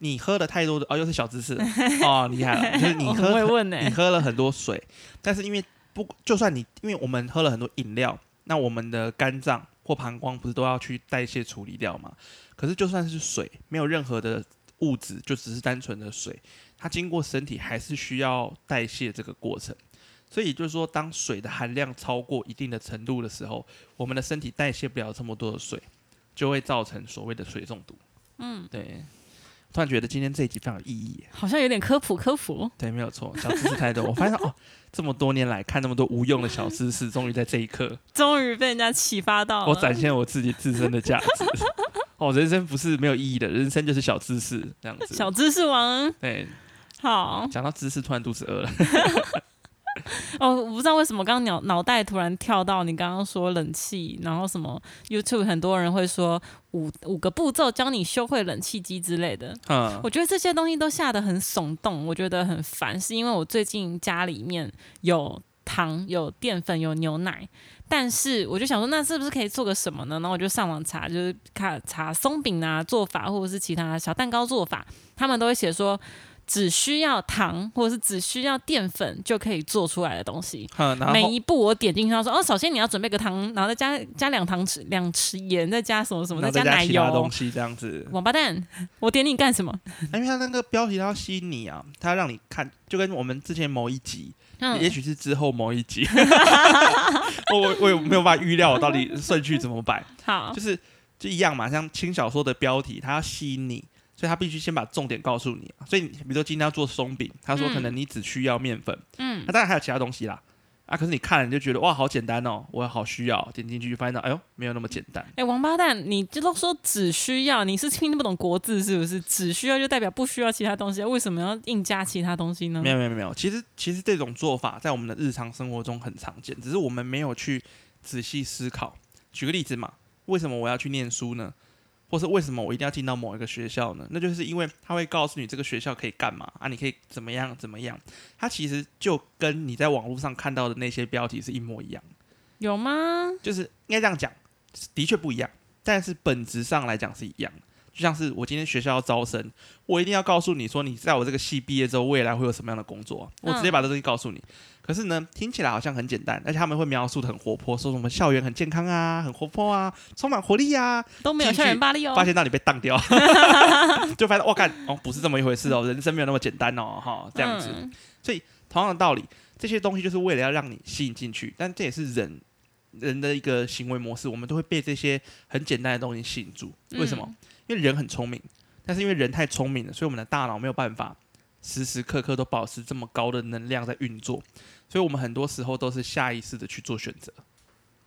S1: 你喝了太多的哦，又是小知 识了哦，厉害了！ 就是你
S2: 我很会
S1: 喝，
S2: 问呢、哎
S1: 你喝了很多水，但是因为不，就算你，因为我们喝了很多饮料，那我们的肝脏或膀胱不是都要去代谢处理掉嘛？可是就算是水，没有任何的物质，就只是单纯的水，它经过身体还是需要代谢这个过程。所以就是说，当水的含量超过一定的程度的时候，我们的身体代谢不了这么多的水，就会造成所谓的水中毒。嗯，对。突然觉得今天这一集非常有意义耶。
S2: 好像有点科普科普，
S1: 对，没有错，小知识太多。我发现哦，这么多年来看那么多无用的小知识，终于在这一刻，
S2: 终于被人家启发到
S1: 我
S2: 了。
S1: 展现我自己自身的价值。 哦，人生不是没有意义的，人生就是小知识这样子。
S2: 小知识王，
S1: 对，
S2: 好
S1: 讲到知识，突然肚子饿了。
S2: 哦，我不知道为什么刚刚脑脑袋突然跳到你刚刚说冷气，然后什么 YouTube 很多人会说五五个步骤教你修会冷气机之类的，
S1: 嗯，
S2: 我觉得这些东西都下得很耸动，我觉得很烦，是因为我最近家里面有糖、有淀粉、有牛奶，但是我就想说，那是不是可以做个什么呢？然后我就上网查，就是看查松饼啊做法，或者是其他小蛋糕做法，他们都会写说。只需要糖，或者是只需要淀粉就可以做出来的东西。
S1: 嗯，然
S2: 每
S1: 后
S2: 一步我点进去，他说：“哦，首先你要准备个糖，然后再加加两糖匙两匙盐，再加什么什么，
S1: 然后
S2: 加
S1: 再
S2: 奶
S1: 其他
S2: 油
S1: 东。西这样子”，
S2: 王八蛋，我点你干什么？
S1: 因为它那个标题它要吸引你啊，它要让你看，就跟我们之前某一集，
S2: 嗯
S1: 也许是之后某一集， 我我我也没有办法预料我到底顺序怎么摆。
S2: 好
S1: 就，是就一样嘛，像轻小说的标题，它要吸引你，所以它必须先把重点告诉你啊。所以你比如说今天要做松饼，他说
S2: 嗯
S1: 可能你只需要面粉，
S2: 嗯
S1: 那、，当然还有其他东西啦。啊！可是你看了你就觉得哇，好简单哦，我好需要。点进去就发现到，哎呦，没有那么简单。
S2: 哎、王八蛋，你这都说只需要，你是听不懂国字是不是？只需要就代表不需要其他东西，为什么要硬加其他东西呢
S1: 没？有没有没有，其实其实这种做法在我们的日常生活中很常见，只是我们没有去仔细思考。举个例子嘛，为什么我要去念书呢？或是为什么我一定要进到某一个学校呢？那就是因为他会告诉你这个学校可以干嘛啊，你可以怎么样怎么样。它其实就跟你在网络上看到的那些标题是一模一样，
S2: 有吗？
S1: 就是应该这样讲，的确不一样，但是本质上来讲是一样的。就像是我今天学校要招生，我一定要告诉你说，你在我这个系毕业之后，未来会有什么样的工作啊、
S2: 嗯
S1: 我直接把这东西告诉你。可是呢，听起来好像很简单，而且他们会描述的很活泼，说什么校园很健康啊，很活泼啊，充满活力啊。
S2: 都没有
S1: 进去
S2: 校园霸凌哦
S1: 发。现到你被当掉， 就发现我看哦，不是这么一回事哦，人生没有那么简单哦，哈，这样子。
S2: 嗯
S1: 同样的道理，这些东西就是为了要让你吸引进去，但这也是人人的一个行为模式，我们都会被这些很简单的东西吸引住。为什么？
S2: 嗯
S1: 因为人很聪明，但是因为人太聪明了，所以我们的大脑没有办法时时刻刻都保持这么高的能量在运作，所以我们很多时候都是下意识的去做选择。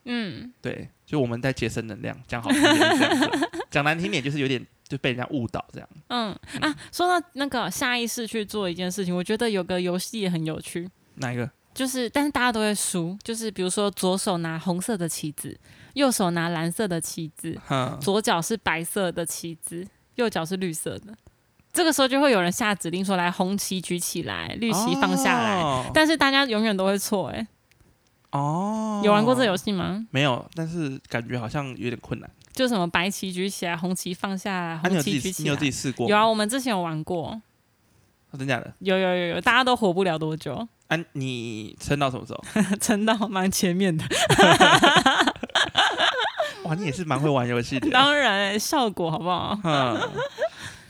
S2: 嗯，
S1: 对，就我们在节省能量，讲好听点是这样子，讲难听点就是有点就被人家误导这样。
S2: 嗯啊，说到那个下意识去做一件事情，我觉得有个游戏也很有趣，
S1: 哪一个？
S2: 就是但是大家都会输，就是比如说左手拿红色的棋子，右手拿蓝色的棋子，
S1: 哈，
S2: 左脚是白色的棋子，右脚是绿色的。这个时候就会有人下指令说：“来，红旗举起来，绿旗放下来。
S1: 哦
S2: 但是大家永远都会错，哎，
S1: 哦
S2: 有玩过这游戏吗？
S1: 没有？但是感觉好像有点困难。
S2: 就什么白旗举起来，红旗放下来，
S1: 啊，你
S2: 红
S1: 有自
S2: 旗举
S1: 己你
S2: 起
S1: 有
S2: 来
S1: 自。己试过？
S2: 有啊，，我们之前有玩过，
S1: 哦真假的？
S2: 有有有有，大家都活不了多久，
S1: 啊，你撑到什么时候？
S2: 撑到蛮前 面的。
S1: 哇，你也是蛮会玩游戏的。
S2: 当然，效果好不好？
S1: 嗯，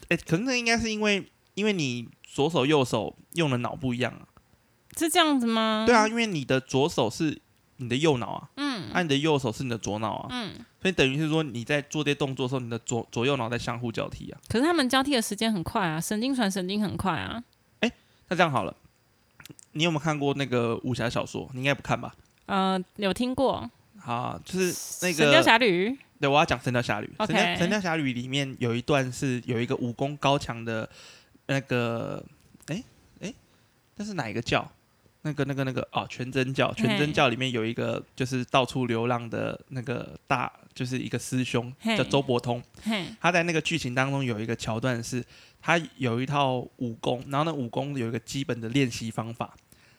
S1: 哎、可能那应该是因为因为你左手右手用的脑不一样啊。
S2: 是这样子吗？
S1: 对啊，，因为你的左手是你的右脑啊，
S2: 嗯
S1: 啊，你的右手是你的左脑啊，
S2: 嗯。
S1: 所以等于是说你在做这些动作的时候，你的左左右脑在相互交替啊。
S2: 可是他们交替的时间很快啊，神经传神经很快啊。
S1: 那这样好了，你有没有看过那个武侠小说？你应该不看吧？
S2: 呃，有听过
S1: 啊，就是那
S2: 神雕
S1: 个，
S2: 侠侣》？
S1: 对，我要讲《神雕侠侣》。神
S2: OK
S1: 雕神雕侠侣》里面有一段是有一个武功高强的，那个，哎哎，那是哪一个教？那个那个那个哦，全真教，全真
S2: 嘿
S1: 教里面有一个就是到处流浪的那个大，就是一个师兄
S2: 嘿
S1: 叫周伯通。
S2: 嘿，
S1: 他在那个剧情当中有一个桥段是，他有一套武功，然后那武功有一个基本的练习方法，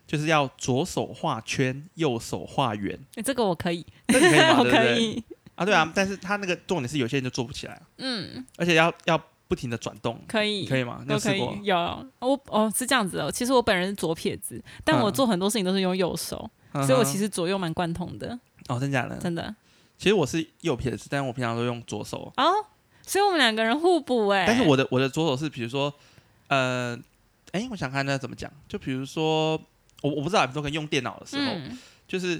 S1: 就是要左手画圈，右手画圆，
S2: 诶这个我可以，
S1: 这 你可以吗？
S2: 我
S1: 对不
S2: 可
S1: 对？
S2: 以，
S1: 啊，对啊，但是他那个重点是有些人就做不起来，啊
S2: 嗯，
S1: 而且要要不停的转动，
S2: 可
S1: 你
S2: 以，
S1: 可以吗？你
S2: 都
S1: 有
S2: 可
S1: 试
S2: 以
S1: 过？
S2: 有我哦是这样子哦，其实我本人是左撇子，但我
S1: 嗯
S2: 做很多事情都是用右手，
S1: 嗯哼
S2: 所以我其实左右蛮贯通的，
S1: 哦，真假的？
S2: 真的
S1: 其实我是右撇子，但我平常都用左手，
S2: 哦。所以我们两个人互补哎、
S1: 但是我的我的左手是比如说，呃，哎，我想看那怎么讲，就比如说我我不知道你们都可以用电脑的时候。
S2: 嗯
S1: 就是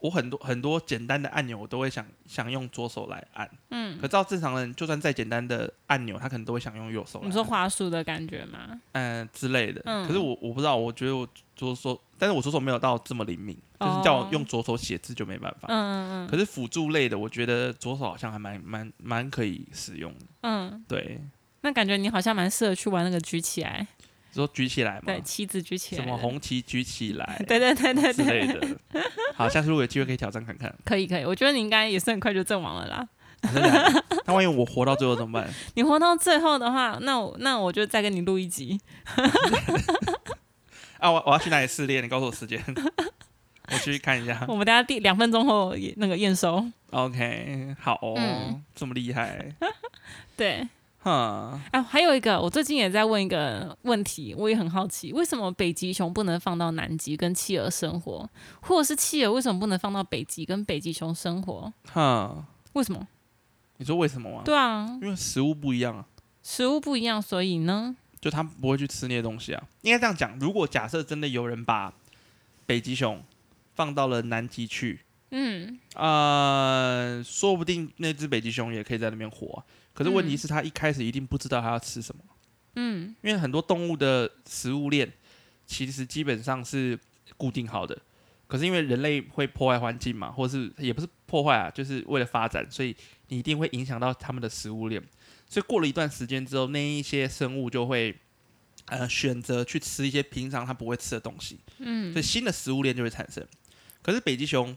S1: 我很多很多简单的按钮，我都会想想用左手来按。
S2: 嗯，
S1: 可照正常人，就算再简单的按钮，他可能都会想用右手来按。
S2: 你说花束的感觉吗？
S1: 嗯、之类的。
S2: 嗯
S1: 可是我我不知道，我觉得我左手，但是我左手没有到这么灵敏，
S2: 哦
S1: 就是叫我用左手写字就没办法。
S2: 嗯嗯
S1: 可是辅助类的，我觉得左手好像还蛮蛮蛮可以使用的。
S2: 嗯嗯，
S1: 对，
S2: 那感觉你好像蛮适合去玩那个举起来，
S1: 说举起来嘛
S2: 对，，棋子举起来
S1: 什
S2: 的，
S1: 么红旗举起来
S2: 对对对对
S1: 之
S2: 对，
S1: 类的。 好，下次如果有机会可以挑战看看。
S2: 可以可以，我觉得你应该也是很快就阵亡了啦。
S1: 真的假的那万一我活到最后怎么办？
S2: 你活到最后的话，那我那我就再跟你录一集。
S1: 啊，我我要去哪里试炼？你告诉我时间， 我去看一 下。
S2: 我们大家第两分钟后也那个验收。
S1: OK，好、哦
S2: 嗯
S1: 这么厉害，
S2: 对，
S1: 哈，
S2: 啊，还有一个，我最近也在问一个问题，我也很好奇，为什么北极熊不能放到南极跟企鹅生活，或者是企鹅为什么不能放到北极跟北极熊生活？
S1: 哈，
S2: 为什么？
S1: 你说为什么吗？
S2: 对啊，
S1: 因为食物不一样啊，
S2: 食物不一样，所以呢，
S1: 就他们不会去吃那些东西啊。应该这样讲，如果假设真的有人把北极熊放到了南极去，
S2: 嗯，
S1: 呃，说不定那只北极熊也可以在那边活啊、可是问题是，它一开始一定不知道它要吃什么。嗯，因为很多动物的食物链其实基本上是固定好的，可是因为人类会破坏环境嘛，或是也不是破坏啊，就是为了发展，所以你一定会影响到它们的食物链。所以过了一段时间之后，那一些生物就会呃选择去吃一些平常它不会吃的东西。嗯，所以新的食物链就会产生。可是北极熊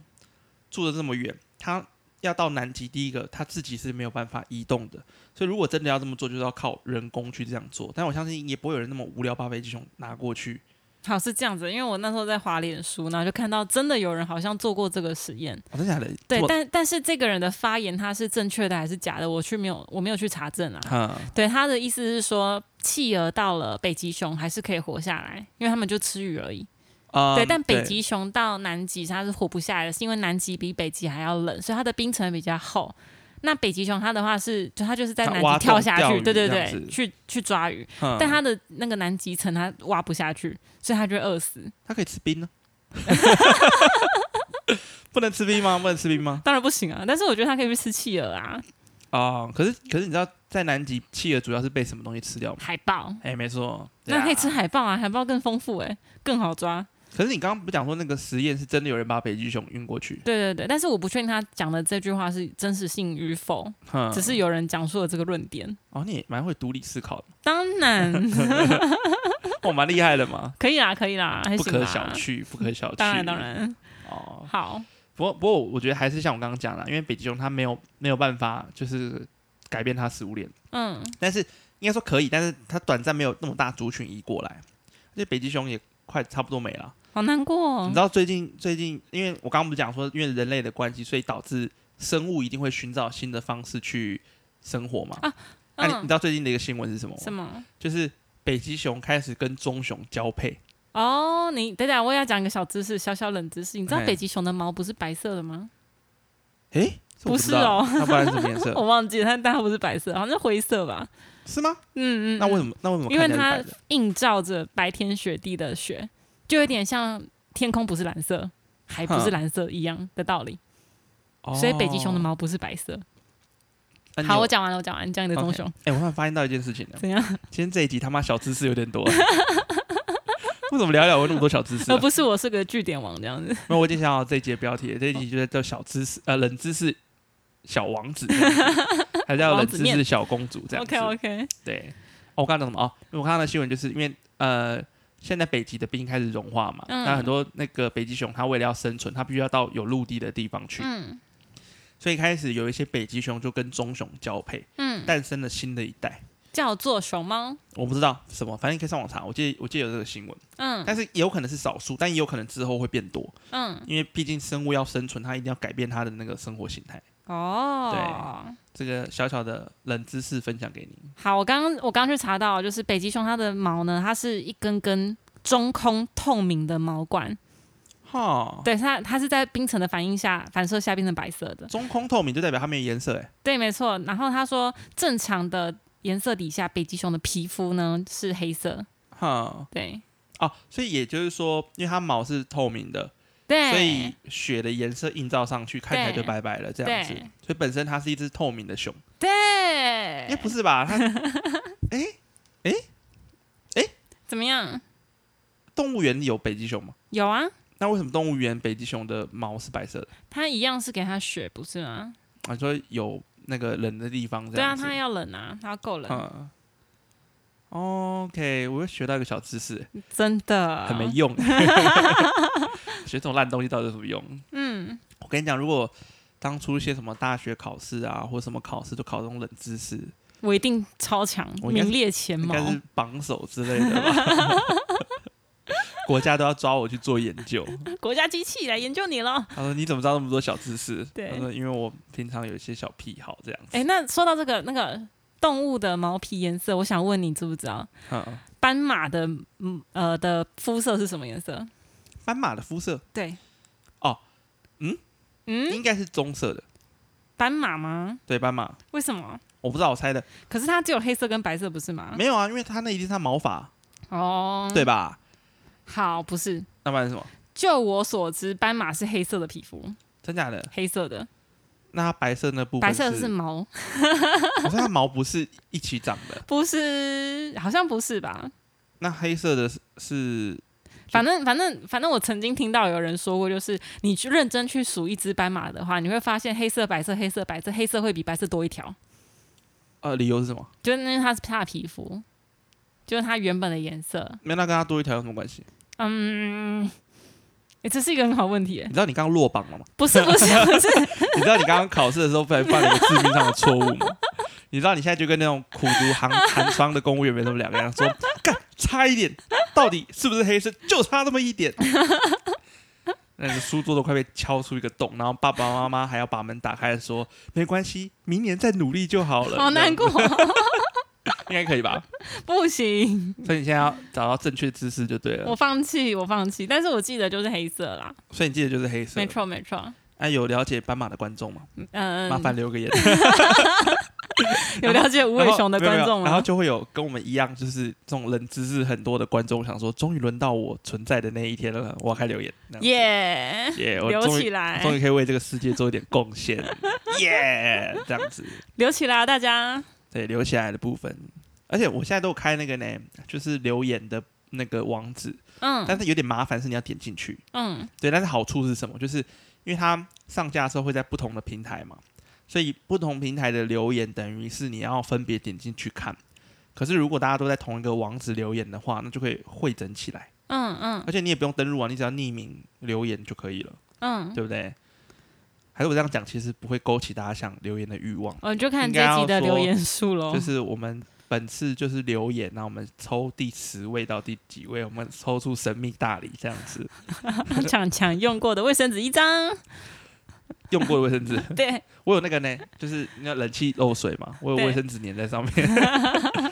S1: 住的这么远，它要到南极，第一个它自己是没有办法移动的，所以如果真的要这么做，就是要靠人工去这样做。但我相信也不会有人那么无聊把北极熊拿过去。
S2: 好是这样子，因为我那时候在滑脸书，然后就看到真的有人好像做过这个实验，
S1: 哦、真的假的？
S2: 对，
S1: 做
S2: 但但是这个人的发言他是正确的还是假的，我去没有我没有去查证啊，
S1: 嗯
S2: 对，他的意思是说，企鹅到了北极熊还是可以活下来，因为他们就吃鱼而已。
S1: 啊
S2: 对，但北极熊到南极它是活不下来的，是因为南极比北极还要冷，所以它的冰层比较厚。那北极熊它的话是，就它就是在
S1: 它
S2: 南
S1: 挖
S2: 极跳
S1: 洞
S2: 下
S1: 钓
S2: 去，
S1: 鱼
S2: 对对
S1: 这样子
S2: 对，去去抓鱼，
S1: 嗯
S2: 但它的那个南极层它挖不下去，所以它就会饿死。
S1: 它可以吃冰呢、 不能吃冰吗？不能吃冰吗？
S2: 当然不行啊，但是我觉得它可以去吃企鹅啊、
S1: 啊、可是可是你知道在南极企鹅主要是被什么东西吃掉吗？
S2: 海豹，
S1: 哎、没错，对
S2: 那
S1: 啊
S2: 欸可以吃海豹啊，海豹更丰富哎、更好抓。
S1: 可是你刚刚不讲说那个实验是真的有人把北极熊运过去？
S2: 对对对，但是我不确定他讲的这句话是真实性与否，
S1: 哼
S2: 只是有人讲述了这个论点。
S1: 哦，你也蛮会独立思考的，
S2: 当然
S1: 哦，蛮厉害的嘛，
S2: 可以啦，可以啦，还
S1: 不
S2: 行
S1: 可
S2: 啦
S1: 小觑，不可小觑。
S2: 当然当然，
S1: 哦，
S2: 好，
S1: 不过，不过，我觉得还是像我刚刚讲的，因为北极熊它没有没有办法就是改变它食物链，
S2: 嗯，
S1: 但是应该说可以，但是它短暂没有那么大族群移过来，而且北极熊也快差不多没了。
S2: 好难过、
S1: 你
S2: 哦
S1: 知。道最近最近，因为我刚刚不是讲说，因为人类的关系，所以导致生物一定会寻找新的方式去生活嘛。
S2: 啊
S1: 那、你你
S2: 嗯
S1: 知，道最近的一个新闻是什么吗？
S2: 什么？
S1: 就是北极熊开始跟棕熊交配。
S2: 哦，你等等，我也要讲一个小知识，小小冷知识。你知道
S1: 嘿
S2: 北极熊的毛不是白色的吗？
S1: 诶，这我
S2: 不
S1: 知
S2: 是
S1: 道
S2: 哦
S1: 那不然是什么颜色？
S2: 我忘记了，但但它不是白色，好像是灰色吧？
S1: 是吗？
S2: 嗯嗯。
S1: 那为
S2: 嗯
S1: 什么？那为什么
S2: 因为
S1: 看起来是
S2: 它
S1: 白的
S2: 映照着白天雪地的雪，就有点像天空不是蓝色，海不是
S1: 哼
S2: 蓝色一样的道理。所以北极熊
S1: 哦
S2: 的毛不是白色。
S1: 那你
S2: 好，
S1: 有
S2: 我讲完了，我讲完，你讲你的棕
S1: OK
S2: 熊
S1: 哎、我突然发现到一件事情了，
S2: 怎样？
S1: 今天这一集他妈小知识有点多。 为什么聊一聊我有那么多小知识、
S2: 而
S1: 啊？
S2: 呃不是我是个据点王这样子。
S1: 那我已经想好这一集的标题了，这一集就叫小知识，呃，冷知识小王 子这样子，还叫冷知识小公主这样子。
S2: OK OK，
S1: 对，哦，我刚刚讲什么？哦，因为我看到的新闻就是因为呃，现在北极的冰开始融化嘛，
S2: 嗯
S1: 那很多那个北极熊它为了要生存，它必须要到有陆地的地方去，
S2: 嗯
S1: 所以开始有一些北极熊就跟棕熊交配，
S2: 嗯，
S1: 诞生了新的一代。
S2: 叫做熊猫。
S1: 我不知道什么，反正你可以上网查。我记得我记得有这个新闻，
S2: 嗯
S1: 但是也有可能是少数，但也有可能之后会变多，
S2: 嗯，
S1: 因为毕竟生物要生存，它一定要改变它的那个生活形态。
S2: 哦，
S1: 这个小小的冷知识分享给你。
S2: 好，我刚刚我刚去查到，就是北极熊它的毛呢，它是一根根中空透明的毛管，
S1: 哦哈，
S2: 对它它是在冰层的反应下反射下变成白色的，
S1: 中空透明就代表它没有颜色，哎，
S2: 对，没错。然后他说正常的颜色底下，北极熊的皮肤呢是黑色，
S1: 哈，
S2: 对
S1: 哦，所以也就是说，因为它毛是透明的，
S2: 对，
S1: 所以雪的颜色映照上去，看起来就白白了这样子
S2: 对。
S1: 所以本身它是一只透明的熊，
S2: 对
S1: 哎，，不是吧？它
S2: 怎么样？
S1: 动物园里有北极熊吗？
S2: 有啊，
S1: 那为什么动物园北极熊的毛是白色的？
S2: 它一样是给它雪，不是吗？
S1: 啊，你说有那个冷的地方这
S2: 对啊，
S1: 样子。
S2: 它要冷啊，它要够冷，
S1: 嗯。OK，我又学到一个小知识，
S2: 真的
S1: 很没 用。学这种烂东西到底有什么用？
S2: 嗯，
S1: 我跟你讲，如果当初一些什么大学考试啊，或什么考试都考这种冷知识，
S2: 我一定超强，
S1: 我应该是
S2: 名列前
S1: 应
S2: 茅
S1: 该。是榜首之类的吧。 国家都要抓我去做研究。
S2: 国家机器来研究你了。
S1: 他说：“你怎么知道那么多小知识？”
S2: 对
S1: 他说：“因为我平常有一些小癖好这样子。
S2: 哎、那说到这个那个动物的毛皮颜色，我想问你知不知道
S1: 嗯，
S2: 斑马的嗯呃的肤色是什么颜色？
S1: 斑马的肤色
S2: 对，
S1: 哦，嗯
S2: 嗯，
S1: 应该是棕色的，
S2: 斑马吗？
S1: 对，斑马。
S2: 为什么？
S1: 我不知道，我猜的。
S2: 可是它只有黑色跟白色，不是吗？
S1: 没有啊，因为它那一定是它毛发，
S2: 哦，
S1: 对，吧？
S2: 好，不是。
S1: 那不然是什么？
S2: 就我所知，斑马是黑色的皮肤，
S1: 真假的？
S2: 黑色的，
S1: 那它白色那部分
S2: 白色的是
S1: 是，
S2: 毛，
S1: 可是它毛不是一起长的。
S2: 不是，好像不是吧？
S1: 那黑色的是是
S2: 反正反正反正，我曾经听到有人说过，就是你去认真去数一只斑马的话，你会发现黑色、白色、黑色、白色、黑色会比白色多一条，
S1: 呃，理由是什么？
S2: 就是因为它是它的皮肤，就是它原本的颜色。
S1: 没有，那跟它多一条有什么关系？
S2: 嗯，诶这是一个很好问题耶
S1: 你，知道你刚刚落榜了吗？
S2: 不是不 是不是，
S1: 你知道你刚刚考试的时候不小心犯了一个致命上的错误吗？ 你知道你现在就跟那种苦读寒寒窗的公务员没什么两样，说 干差一点，到底是不是黑色？就差那么一点。 那个书桌都快被敲出一个洞，然后爸爸妈妈还要把门打开说没关系，明年再努力就好了。
S2: 好 难过，
S1: 这样，应该可以吧？
S2: 不行，
S1: 所以你现在要找到正确姿势就对
S2: 我
S1: 了。
S2: 放弃，我放弃。但是我记得就是黑色啦，
S1: 所以你记得就是黑色
S2: 没。错没错，
S1: 哎、有了解斑马的观众吗？
S2: 嗯，
S1: 麻烦留个言。哦
S2: 有了解无尾熊
S1: 然后
S2: 的观
S1: 没有没有
S2: 众
S1: 然后
S2: 吗？
S1: 就会有跟我们一样，就是这种冷知识很多的观众想说，终于轮到我存在的那一天了，我要开留言，这样子
S2: 耶，
S1: 耶我
S2: 留
S1: 终
S2: 起
S1: 于
S2: 来，
S1: 终于可以为这个世界做一点贡献， 耶、这样子，
S2: 留起来啊，大家。
S1: 对，留起来的部分，而且我现在都有开那个呢，就是留言的那个网址，
S2: 嗯
S1: 但是有点麻烦，是你要点进去。
S2: 嗯
S1: 对，但是好处是什么？就是因为它上架的时候会在不同的平台嘛，所以不同平台的留言等于是你要分别点进去看。可是如果大家都在同一个网址留言的话，那就可以汇整起来，
S2: 嗯嗯
S1: 而且你也不用登录啊，你只要匿名留言就可以了，
S2: 嗯，
S1: 对不对？还是我这样讲，其实不会勾起大家想留言的欲望。
S2: 我就看这一集的留言数喽
S1: 就。是我们本次就是留言，那我们抽第十位到第几位，我们抽出神秘大礼这样子，
S2: 抢抢用过的卫生纸一 张，
S1: 用过的卫生纸。
S2: 对，
S1: 我有那个呢，就是那冷气漏水嘛，我有
S2: 对
S1: 卫生纸粘在上面，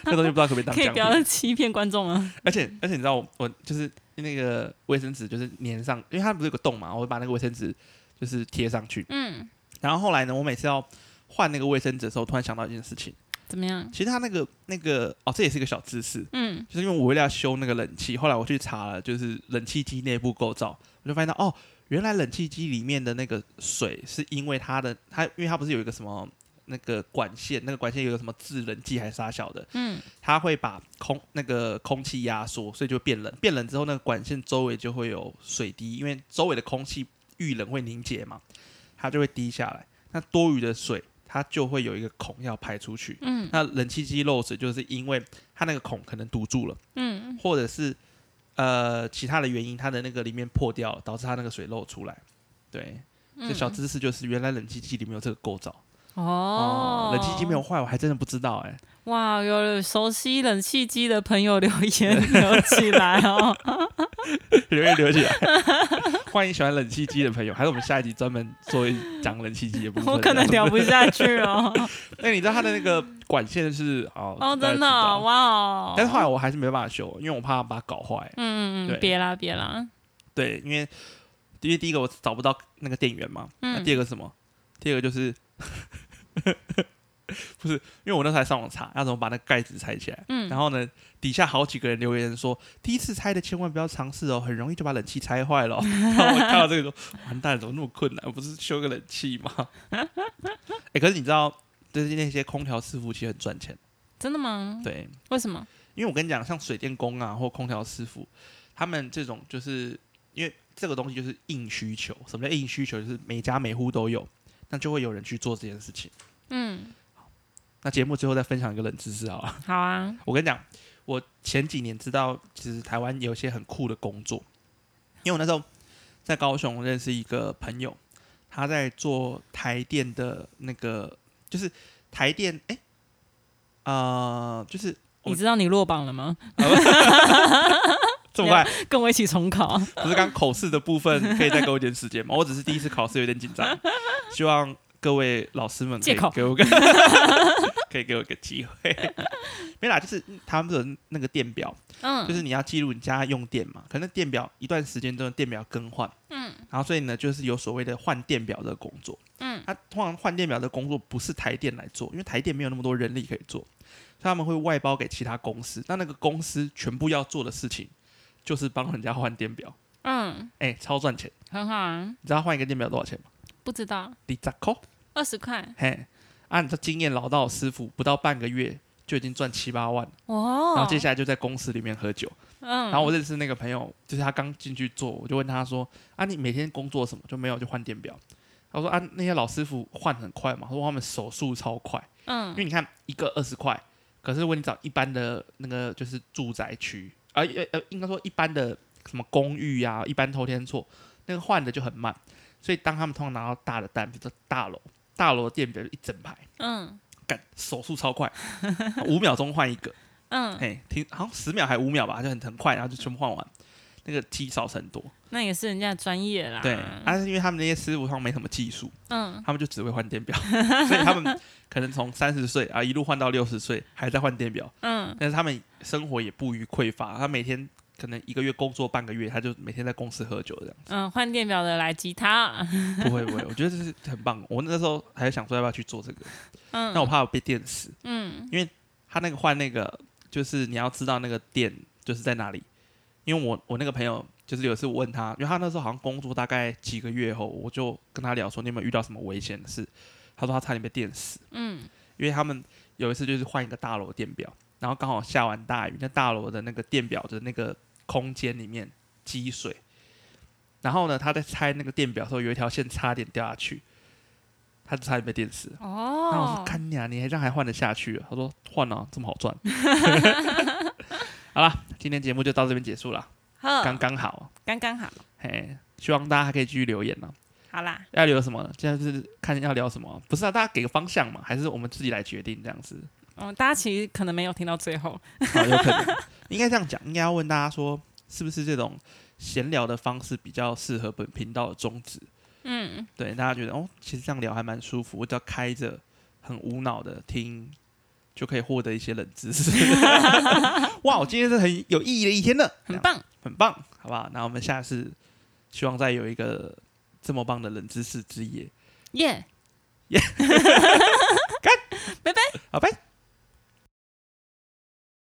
S1: 那东西不知道可不可以当
S2: 可以
S1: 奖
S2: 不要
S1: 品。
S2: 欺骗观 众啊。
S1: 而且而且你知道我我就是那个卫生纸就是粘上，因为它不是有个洞嘛，我会把那个卫生纸就是贴上去。
S2: 嗯，
S1: 然后后来呢，我每次要换那个卫生纸的时候，突然想到一件事情，
S2: 怎么样？
S1: 其实它那个那个哦，这也是一个小知识，
S2: 嗯
S1: 就是因为我为了要修那个冷气，后来我去查了，就是冷气机内部构造，我就发现到哦，原来冷气机里面的那个水是因为它的它，因为它不是有一个什么那个管线，那个管线有个什么制冷剂还是啥小的，
S2: 嗯
S1: 它会把空那个空气压缩，所以就变冷。变冷之后，那个管线周围就会有水滴，因为周围的空气遇冷会凝结嘛，它就会滴下来。那多余的水，它就会有一个孔要排出去。
S2: 嗯
S1: 那冷气机漏水，就是因为它那个孔可能堵住了。
S2: 嗯
S1: 或者是呃其他的原因，它的那个里面破掉了，导致它那个水漏出来。对，这
S2: 嗯，
S1: 小知识就是原来冷气机里面有这个构造
S2: 哦，
S1: 冷气机没有坏，我还真的不知道哎、
S2: 哇，有熟悉冷气机的朋友留言留起来 哦。
S1: 留言留起来。 欢迎喜欢冷气机的朋友，还是我们下一集专门做一讲冷气机的部分。
S2: 我可能
S1: 这样
S2: 聊不下去 哦。
S1: 那你知道它的那个管线是哦
S2: 哦，
S1: 大家
S2: 真
S1: 知
S2: 的
S1: 道
S2: 哦哇哦。
S1: 但是后来我还是没办法修，因为我怕把它搞坏。
S2: 嗯嗯
S1: 对
S2: 嗯，别啦别啦，
S1: 对，因为因为第一个我找不到那个电源嘛，那、
S2: 嗯
S1: 第二个是什么？第二个就是 不是因为我那时候还上网查要怎么把那个盖子拆起来，
S2: 嗯
S1: 然后呢底下好几个人留言说，第一次拆的千万不要尝试哦，很容易就把冷气拆坏了哦、 然后我看到这个说，完蛋了，怎么那么困难？不是修个冷气吗？ 哎、可是你知道，就是那些空调师傅其实很赚钱，
S2: 真的吗？
S1: 对，
S2: 为什么？
S1: 因为我跟你讲，像水电工啊或空调师傅，他们这种就是因为这个东西就是硬需求。什么叫硬需求？就是每家每户都有，那就会有人去做这件事情。
S2: 嗯，
S1: 那节目最后再分享一个冷知识好了。
S2: 好啊，
S1: 我跟你讲，我前几年知道，其实台湾有一些很酷的工作，因为我那时候在高雄认识一个朋友，他在做台电的那个，就是台电，哎、呃，就是 我
S2: 你知道你落榜了吗？
S1: 这么快。
S2: 跟我一起重考。
S1: 不是刚口试的部分，可以再给我一点时间吗？我只是第一次考试有点紧 张，希望各位老师们可以
S2: 借口
S1: 给 我个，可以给我个机会。 没啦，就是他们的那个电表，
S2: 嗯，
S1: 就是你要记录你家用电嘛，可能电表一段时间之后电表更换，
S2: 嗯
S1: 然后所以呢，就是有所谓的换电表的工作。
S2: 嗯
S1: 它通常换电表的工作不是台电来做，因为台电没有那么多人力可以做，所以他们会外包给其他公司。那那个公司全部要做的事情就是帮人家换电表。
S2: 嗯，
S1: 哎、超赚钱！
S2: 很好啊。
S1: 你知道换一个电表多少钱吗？
S2: 不知道
S1: 你咋扣？
S2: 二十块
S1: 嘿，啊，你这经验老道的师傅，不到半个月就已经赚七八万，
S2: 哦。
S1: 然后接下来就在公司里面喝酒。
S2: 嗯，
S1: 然后我认识那个朋友，就是他刚进去做，我就问他说：“啊，你每天工作什么？”就没有就换电表。他说：“啊，那些老师傅换很快嘛，他说他们手速超快，因
S2: 嗯
S1: 为你看一个二十块，可是如果你找一般的那个就是住宅区，啊呃呃，应该说一般的什么公寓啊，一般偷天错，那个换的就很慢。所以当他们通常拿到大的单，比如说大楼，大楼的电表就一整排，
S2: 嗯
S1: 干手速超快，五秒钟换一个，
S2: 嗯，
S1: 嘿，停，好像十秒还五秒吧，就很很快，然后就全部换完。那个积少成多，
S2: 那也是人家的专业啦。
S1: 对，但、是因为他们那些师傅他们没什么技术，
S2: 嗯，
S1: 他们就只会换电表， 所以他们可能从三十岁啊一路换到六十岁还在换电表，
S2: 嗯
S1: 但是他们生活也不予匮乏，他每天可能一个月工作半个月，他就每天在公司喝酒这样。
S2: 嗯，换电表的来吉他。
S1: 不会不会，我觉得这是很棒。我那时候还想说要不要去做这个，
S2: 嗯，
S1: 但我怕我被电死。
S2: 嗯
S1: 他那个换那个，就是你要知道那个电就是在哪里，因为我我那个朋友就是有一次我问他，因为他那时候好像工作大概几个月后，我就跟他聊说你有没有遇到什么危险的事，他说他差点被电死，
S2: 嗯
S1: 因为他们有一次就是换一个大楼的电表，然然后刚好下完大雨，那大楼的那个电表的那个空间里面积水，然后呢，他在拆那个电表的时候，有一条线差点掉下去，他差点被电死。然后我
S2: 哦
S1: 说：“看你啊，你还这样还换得下去啊？”他说：“换啊，这么好赚。”好啦，今天节目就到这边结束了，
S2: 呵
S1: 刚刚好。
S2: 刚刚好，
S1: 嘿，希望大家还可以继续留言呢、啊
S2: 好啦，
S1: 要留什么？现在是看要聊什么？不是啊，大家给个方向嘛，还是我们自己来决定这样子？
S2: 嗯，大家其实可能没有听到最后，
S1: 好，有可能应该这样讲，应该要问大家说，是不是这种闲聊的方式比较适合本频道的宗旨？
S2: 嗯，
S1: 对，大家觉得哦，其实这样聊还蛮舒服，我只要开着很无脑的听，就可以获得一些冷知 识。哇，我今天是很有意义的一天呢，这
S2: 很
S1: 样
S2: 棒，
S1: 很棒，好不好？那我们下次希望再有一个这么棒的冷知识之夜。
S2: 耶、
S1: 好，拜。